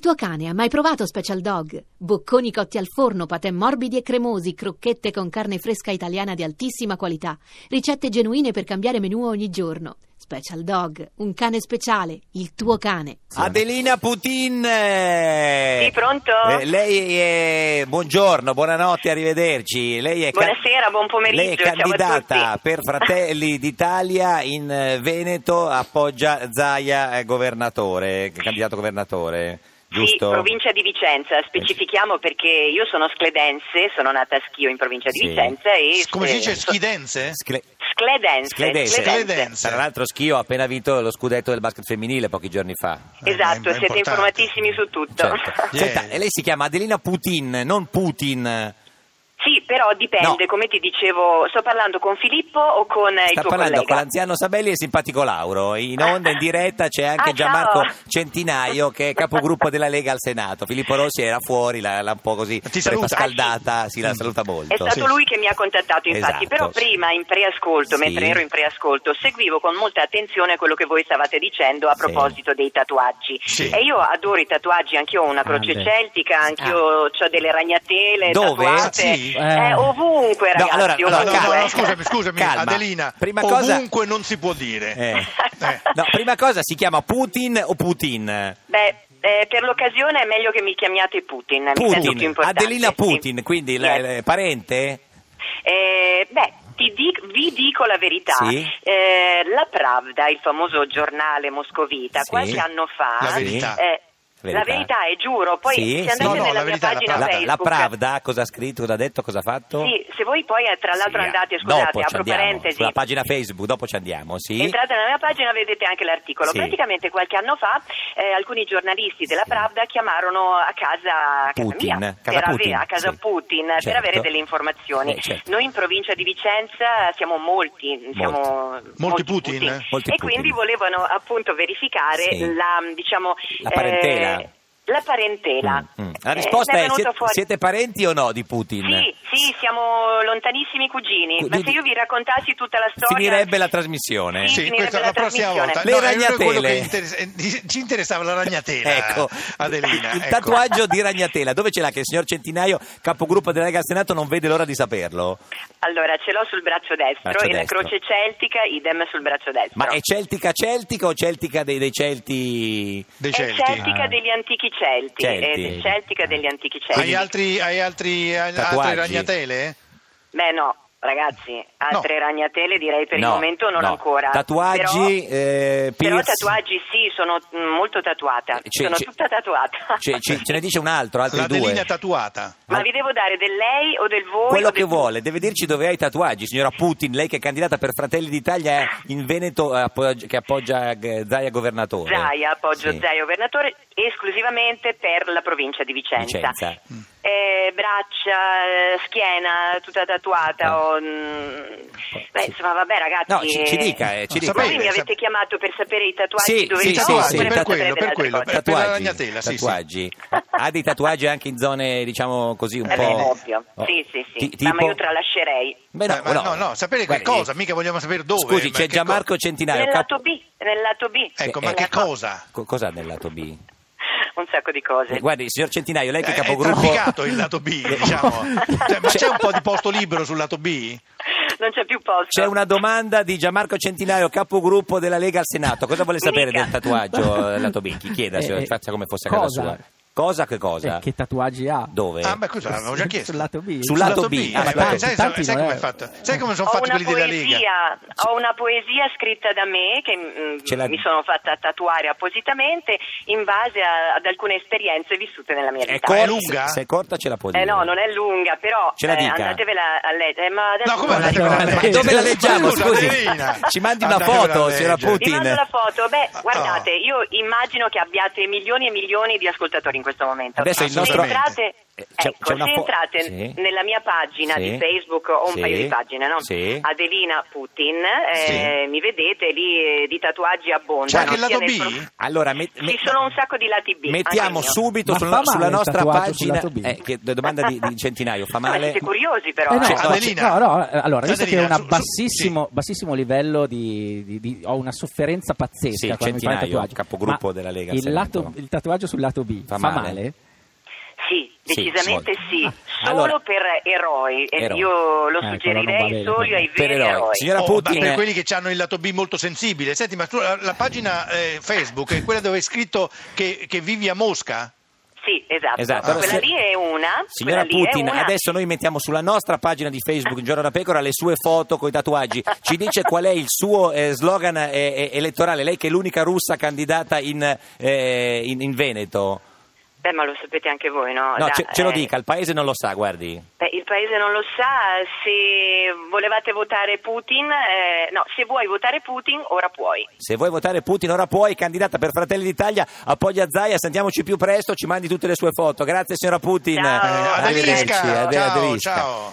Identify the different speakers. Speaker 1: tuo cane ha mai provato Special Dog? Bocconi cotti al forno, patè morbidi e cremosi, crocchette con carne fresca italiana di altissima qualità, ricette genuine per cambiare menù ogni giorno. Special Dog, un cane speciale, il tuo cane.
Speaker 2: Adelina Putin! eh,
Speaker 3: Sì, pronto?
Speaker 2: eh, lei è... Buongiorno, buonanotte, arrivederci. Lei è ca-
Speaker 3: Buonasera, buon pomeriggio,
Speaker 2: Lei è
Speaker 3: ciao a
Speaker 2: candidata
Speaker 3: tutti.
Speaker 2: per Fratelli d'Italia in eh, Veneto, appoggia Zaia eh, governatore, candidato governatore, giusto?
Speaker 3: Sì, provincia di Vicenza, specifichiamo perché io sono scledense, sono nata a Schio in provincia di
Speaker 2: Sì.
Speaker 3: Vicenza e...
Speaker 4: Come si dice?
Speaker 3: eh, so-
Speaker 4: Schidenze?
Speaker 2: Scle-
Speaker 3: Scledense.
Speaker 2: Scledense.
Speaker 4: Scledense.
Speaker 2: Tra l'altro Schio ha appena vinto lo scudetto del basket femminile pochi giorni fa.
Speaker 3: Esatto,
Speaker 4: Eh, è
Speaker 3: siete
Speaker 4: importante.
Speaker 3: informatissimi su tutto.
Speaker 2: Certo.
Speaker 4: Yeah.
Speaker 2: Senta, e lei si chiama Adelina Putin, non Putin.
Speaker 3: Sì, però dipende,
Speaker 2: No.
Speaker 3: come ti dicevo, sto parlando con Filippo o con eh, il
Speaker 2: Sta
Speaker 3: tuo
Speaker 2: parlando
Speaker 3: collega?
Speaker 2: con l'anziano Sabelli e simpatico Lauro. In onda, in diretta, c'è anche
Speaker 3: Ah,
Speaker 2: Gianmarco
Speaker 3: ciao.
Speaker 2: Centinaio, che è capogruppo della Lega al Senato. Filippo Rossi era fuori, l'ha, l'ha un po' così
Speaker 4: Ti saluta.
Speaker 2: scaldata, si la saluta molto.
Speaker 3: Ah, È stato
Speaker 4: Sì.
Speaker 3: lui che mi ha contattato, infatti,
Speaker 2: Esatto,
Speaker 3: però
Speaker 2: sì.
Speaker 3: prima in preascolto,
Speaker 2: Sì.
Speaker 3: mentre ero in preascolto, seguivo con molta attenzione quello che voi stavate dicendo a
Speaker 2: Sì.
Speaker 3: proposito dei tatuaggi.
Speaker 4: Sì.
Speaker 3: E io adoro i tatuaggi, anch'io ho una croce
Speaker 5: beh.
Speaker 3: celtica, anch'io ho delle ragnatele,
Speaker 2: Ah. Dove?
Speaker 3: tatuate,
Speaker 2: Ah,
Speaker 4: sì?
Speaker 3: Eh,
Speaker 5: Eh.
Speaker 3: ovunque
Speaker 2: No,
Speaker 3: ragazzi,
Speaker 2: allora- allora,
Speaker 4: No,
Speaker 3: ovunque.
Speaker 4: no,
Speaker 2: calma.
Speaker 4: no, scusami,
Speaker 3: eh.
Speaker 4: scusami,
Speaker 2: Calma.
Speaker 4: Adelina.
Speaker 2: Prima cosa-
Speaker 4: ovunque non si può dire.
Speaker 2: Eh.
Speaker 4: Eh.
Speaker 2: No, prima cosa si chiama Putin o Putin?
Speaker 3: Beh, eh, per l'occasione è meglio che mi chiamiate Putin, mi sento più
Speaker 2: Putin,
Speaker 3: importante.
Speaker 2: Adelina
Speaker 3: sì.
Speaker 2: Putin, quindi la-
Speaker 3: Yes.
Speaker 2: la- parente?
Speaker 3: Eh, beh, ti di- vi dico la verità,
Speaker 2: Sì.
Speaker 3: Eh, la Pravda, il famoso giornale moscovita,
Speaker 2: Sì.
Speaker 3: qualche anno fa...
Speaker 4: La
Speaker 2: Sì.
Speaker 4: verità.
Speaker 3: eh,
Speaker 2: Verità.
Speaker 3: la verità è giuro, poi
Speaker 2: Sì, sì.
Speaker 3: se andate
Speaker 2: No, no,
Speaker 3: nella
Speaker 4: la
Speaker 3: mia
Speaker 4: verità è la
Speaker 3: pagina
Speaker 4: No,
Speaker 2: La,
Speaker 3: Facebook,
Speaker 2: la Pravda, cosa ha scritto, cosa ha detto, cosa ha fatto?
Speaker 3: sì, se voi poi eh, tra l'altro
Speaker 2: Sì,
Speaker 3: andate, scusate,
Speaker 2: dopo ci
Speaker 3: apro
Speaker 2: andiamo,
Speaker 3: parentesi,
Speaker 2: Sulla pagina Facebook, dopo ci andiamo, sì.
Speaker 3: Entrate nella mia pagina e vedete anche l'articolo.
Speaker 2: Sì.
Speaker 3: Praticamente qualche anno fa eh, alcuni giornalisti della Pravda chiamarono a casa, a casa
Speaker 2: Putin,
Speaker 3: mia,
Speaker 2: casa
Speaker 3: per ave-
Speaker 2: Putin,
Speaker 3: a casa
Speaker 2: sì.
Speaker 3: Putin, per
Speaker 2: Certo.
Speaker 3: avere delle informazioni.
Speaker 2: Eh, certo.
Speaker 3: Noi in provincia di Vicenza siamo molti, siamo
Speaker 4: Molti Putin, eh?
Speaker 2: Molti Putin.
Speaker 3: e quindi volevano appunto verificare
Speaker 2: Sì.
Speaker 3: la, diciamo,
Speaker 2: La parentela.
Speaker 3: eh, la parentela.
Speaker 2: Mm, mm. La
Speaker 3: Eh,
Speaker 2: risposta
Speaker 3: ne
Speaker 2: è,
Speaker 3: venuto
Speaker 2: siete,
Speaker 3: fuori-
Speaker 2: siete parenti o no di Putin?
Speaker 3: Sì, sì, siamo lontanissimi cugini,
Speaker 2: Cu-
Speaker 3: ma
Speaker 2: di-
Speaker 3: se io vi raccontassi tutta la storia...
Speaker 2: Finirebbe la trasmissione.
Speaker 3: Sì.
Speaker 4: Sì,
Speaker 3: finirebbe
Speaker 4: questa è
Speaker 3: la
Speaker 4: la prossima
Speaker 3: Eh, trasmissione.
Speaker 4: volta.
Speaker 2: Le
Speaker 4: a noi
Speaker 2: ragnatele.
Speaker 4: quello che interessa- eh, ci interessava la ragnatela,
Speaker 2: Ecco,
Speaker 4: Adelina.
Speaker 2: il
Speaker 4: ecco.
Speaker 2: tatuaggio di Ragnatela, dove ce l'ha che il signor Centinaio, capogruppo della Lega al Senato, non vede l'ora di saperlo?
Speaker 3: Allora, ce l'ho sul braccio destro
Speaker 2: Braccio
Speaker 3: e la
Speaker 2: destro.
Speaker 3: croce celtica, idem sul braccio destro.
Speaker 2: Ma è celtica celtica o celtica dei, dei celti?
Speaker 4: dei
Speaker 3: È
Speaker 4: Celti.
Speaker 3: celtica
Speaker 2: Ah.
Speaker 3: degli antichi celti, è
Speaker 2: Celti.
Speaker 3: celtica degli antichi celti.
Speaker 4: Hai, altri, hai altri, hai
Speaker 2: Tatuaggi.
Speaker 4: altre ragnatele?
Speaker 3: Beh no, ragazzi, altre ragnatele direi per il
Speaker 2: No,
Speaker 3: momento non
Speaker 2: no.
Speaker 3: ancora.
Speaker 2: Tatuaggi,
Speaker 3: però,
Speaker 2: eh,
Speaker 3: però
Speaker 2: piercing.
Speaker 3: tatuaggi sì, sono mm, molto tatuata,
Speaker 2: Ce-
Speaker 3: sono
Speaker 2: ce-
Speaker 3: tutta tatuata.
Speaker 2: Ce, ce- ce ne dice un altro, altri
Speaker 4: L'Adelina
Speaker 2: due.
Speaker 4: tatuata.
Speaker 3: Ma vi devo dare del lei o del voi?
Speaker 2: Quello
Speaker 3: o del-
Speaker 2: che vuole, deve dirci dove hai i tatuaggi, signora Putin, lei che è candidata per Fratelli d'Italia eh, in Veneto eh, appoggia- che appoggia eh, Zaia governatore.
Speaker 3: Zaia, appoggio
Speaker 2: Sì.
Speaker 3: Zaia governatore esclusivamente per la provincia di Vicenza.
Speaker 2: Vicenza.
Speaker 3: Eh, braccia, eh, schiena, tutta tatuata.
Speaker 2: Ah.
Speaker 3: o, mm, beh,
Speaker 2: Sì.
Speaker 3: insomma, vabbè, ragazzi.
Speaker 2: No, ci- ci dica, eh, ci
Speaker 3: Ma
Speaker 4: dica.
Speaker 3: Voi
Speaker 4: Sapete,
Speaker 3: mi avete
Speaker 4: sap-
Speaker 3: chiamato per sapere i tatuaggi
Speaker 2: Sì,
Speaker 3: dove
Speaker 2: sì,
Speaker 3: li
Speaker 4: I
Speaker 2: sì,
Speaker 3: sono,
Speaker 4: tatuaggi,
Speaker 2: sì,
Speaker 3: oppure
Speaker 4: per
Speaker 2: tatu-
Speaker 4: quello,
Speaker 3: sapere delle
Speaker 4: per quello.
Speaker 3: altre cose?
Speaker 4: per- per la
Speaker 2: Tatuaggi,
Speaker 4: ragnatela, sì, sì.
Speaker 2: tatuaggi. Ha dei tatuaggi anche in zone, diciamo così, un
Speaker 3: Eh beh,
Speaker 2: po'.
Speaker 3: ovvio.
Speaker 2: Oh.
Speaker 3: Sì, sì, sì.
Speaker 2: Ti-
Speaker 3: Ma- Ma
Speaker 2: tipo-
Speaker 3: io tralascerei.
Speaker 2: Beh,
Speaker 4: Eh, ma no, no, sapere che
Speaker 2: Guardi,
Speaker 4: cosa,
Speaker 2: eh,
Speaker 4: mica vogliamo sapere dove.
Speaker 2: Scusi,
Speaker 4: ma
Speaker 2: c'è
Speaker 4: che
Speaker 2: Gianmarco Centinaio.
Speaker 3: Nel
Speaker 2: cap-
Speaker 3: lato B, nel lato B.
Speaker 4: co- Ecco,
Speaker 2: Eh,
Speaker 4: ma
Speaker 2: eh,
Speaker 4: che
Speaker 2: ecco.
Speaker 4: cosa?
Speaker 2: Co- cos'ha nel lato B?
Speaker 3: Un sacco di cose.
Speaker 2: Eh, guardi, signor Centinaio, lei che è
Speaker 4: Eh, È, è
Speaker 2: capogruppo.
Speaker 4: trafficato il lato B, diciamo. Cioè, ma c'è un po' di posto libero sul lato B?
Speaker 3: Non c'è più posto.
Speaker 2: C'è una domanda di Gianmarco Centinaio, capogruppo della Lega al Senato. Cosa vuole
Speaker 3: Mica.
Speaker 2: sapere del tatuaggio eh, lato B? Chi chieda,
Speaker 5: Eh,
Speaker 2: signor,
Speaker 5: eh,
Speaker 2: faccia come fosse a casa
Speaker 5: cosa?
Speaker 2: sua. Cosa che cosa?
Speaker 5: Eh, che tatuaggi ha?
Speaker 2: Dove?
Speaker 4: Ah, beh, cosa l'avevo già chiesto.
Speaker 5: Sul lato B.
Speaker 2: Sul lato B. Ah, ma
Speaker 4: eh, ma
Speaker 2: tanti, eh.
Speaker 4: sai,
Speaker 5: tanti
Speaker 4: sai
Speaker 5: non
Speaker 4: come
Speaker 5: è.
Speaker 4: fatto? Sai come sono
Speaker 3: ho
Speaker 4: fatti
Speaker 3: una
Speaker 4: quelli della Lega?
Speaker 3: poesia, ho una poesia scritta da me che mm,
Speaker 2: Ce la-
Speaker 3: mi sono fatta tatuare appositamente in base a- ad alcune esperienze vissute nella mia
Speaker 2: È
Speaker 3: vita.
Speaker 4: cor-
Speaker 2: corta,
Speaker 4: È lunga?
Speaker 2: Se è corta ce la può dire.
Speaker 3: Eh no, non è lunga, però
Speaker 2: Ce la
Speaker 3: eh,
Speaker 2: dica.
Speaker 3: andatevela a leggere. Eh, ma adesso
Speaker 4: No, come
Speaker 3: non la
Speaker 5: andatevela
Speaker 2: Ma
Speaker 3: trovo.
Speaker 5: a leggere?
Speaker 2: dove la leggiamo,
Speaker 4: Scusa,
Speaker 2: scusi?
Speaker 4: Adelina.
Speaker 2: Ci mandi una
Speaker 4: Andatevela a
Speaker 2: foto, signora
Speaker 4: leggere.
Speaker 2: Putin.
Speaker 3: Vi mando la foto. Beh,
Speaker 4: Ah,
Speaker 3: guardate, io immagino che abbiate milioni e milioni di ascoltatori in questo momento.
Speaker 2: Adesso il nostro-
Speaker 3: Se entrate,
Speaker 2: eh,
Speaker 3: Ecco, se
Speaker 2: fo-
Speaker 3: entrate
Speaker 2: sì.
Speaker 3: nella mia pagina
Speaker 2: Sì.
Speaker 3: di Facebook, ho un
Speaker 2: Sì.
Speaker 3: paio di pagine, no?
Speaker 2: Sì.
Speaker 3: Adelina Putin, eh, mi vedete lì eh, di tatuaggi abbondano.
Speaker 2: Cioè,
Speaker 4: C'è anche il lato
Speaker 3: sia nel
Speaker 4: B?
Speaker 3: prof-
Speaker 2: Allora, met-
Speaker 3: Ci
Speaker 2: met-
Speaker 3: sono un sacco di lati B.
Speaker 2: mettiamo
Speaker 3: anche il mio.
Speaker 2: subito
Speaker 5: Ma
Speaker 2: sulla,
Speaker 5: fa male
Speaker 2: sulla
Speaker 5: il
Speaker 2: nostra
Speaker 5: tatuaggio
Speaker 2: pagina.
Speaker 5: sul lato B?
Speaker 2: eh, che domanda di, di centinaio, fa
Speaker 3: No, ma
Speaker 2: male.
Speaker 3: siete curiosi però.
Speaker 5: Eh no,
Speaker 3: eh?
Speaker 4: Cioè,
Speaker 5: no,
Speaker 4: Adelina-
Speaker 5: no, no, eh, allora, visto che
Speaker 4: Adelina,
Speaker 5: ho un
Speaker 4: su- su-
Speaker 5: bassissimo, bassissimo livello di, di- di- ho una sofferenza pazzesca
Speaker 2: Sì,
Speaker 5: quando mi fanno il
Speaker 2: Centinaio,
Speaker 5: tatuaggio.
Speaker 2: capogruppo
Speaker 5: ma
Speaker 2: della Lega al
Speaker 5: Il,
Speaker 2: Senato.
Speaker 5: lato- il tatuaggio sul lato B
Speaker 2: Fa
Speaker 5: fa,
Speaker 2: male?
Speaker 5: male?
Speaker 3: Sì,
Speaker 2: Sì,
Speaker 3: decisamente sì.
Speaker 2: sì. Ah,
Speaker 3: Solo
Speaker 2: allora-
Speaker 3: per eroi. e
Speaker 2: Eroi.
Speaker 3: Io lo
Speaker 5: Eh, quello non va
Speaker 3: suggerirei
Speaker 5: bene,
Speaker 3: solo
Speaker 5: quello.
Speaker 3: ai
Speaker 2: Per
Speaker 3: veri
Speaker 2: eroi.
Speaker 3: eroi.
Speaker 2: Signora eh.
Speaker 4: Oh,
Speaker 2: Putin,
Speaker 4: ma per quelli che hanno il lato B molto sensibile. Senti, ma tu la, la pagina eh, Facebook è quella dove è scritto che, che vivi a Mosca?
Speaker 3: Sì, esatto.
Speaker 2: Esatto.
Speaker 3: Quella
Speaker 2: Allora,
Speaker 3: lì è una.
Speaker 2: Signora
Speaker 3: Ah, quella lì è
Speaker 2: Putin,
Speaker 3: una. Ah.
Speaker 2: adesso noi mettiamo sulla nostra pagina di Facebook Il Giorno da Pecora le sue foto con i tatuaggi. Ci dice qual è il suo eh, slogan eh, eh, elettorale? Lei che è l'unica russa candidata in, eh, in- in Veneto.
Speaker 3: Beh, ma lo sapete anche voi, no?
Speaker 2: No,
Speaker 3: Da-
Speaker 2: ce, ce lo
Speaker 3: eh,
Speaker 2: dica, il paese non lo sa, guardi.
Speaker 3: Beh, il paese non lo sa, se volevate votare Putin, eh, no, se vuoi votare Putin, ora puoi.
Speaker 2: Se vuoi votare Putin, ora puoi, candidata per Fratelli d'Italia, appoggia Zaia, sentiamoci più presto, ci mandi tutte le sue foto. Grazie signora Putin.
Speaker 3: Ciao.
Speaker 4: Eh,
Speaker 2: Arrivederci,
Speaker 4: aderisca.
Speaker 2: ade-
Speaker 4: Ciao,
Speaker 2: aderisca.
Speaker 4: ciao.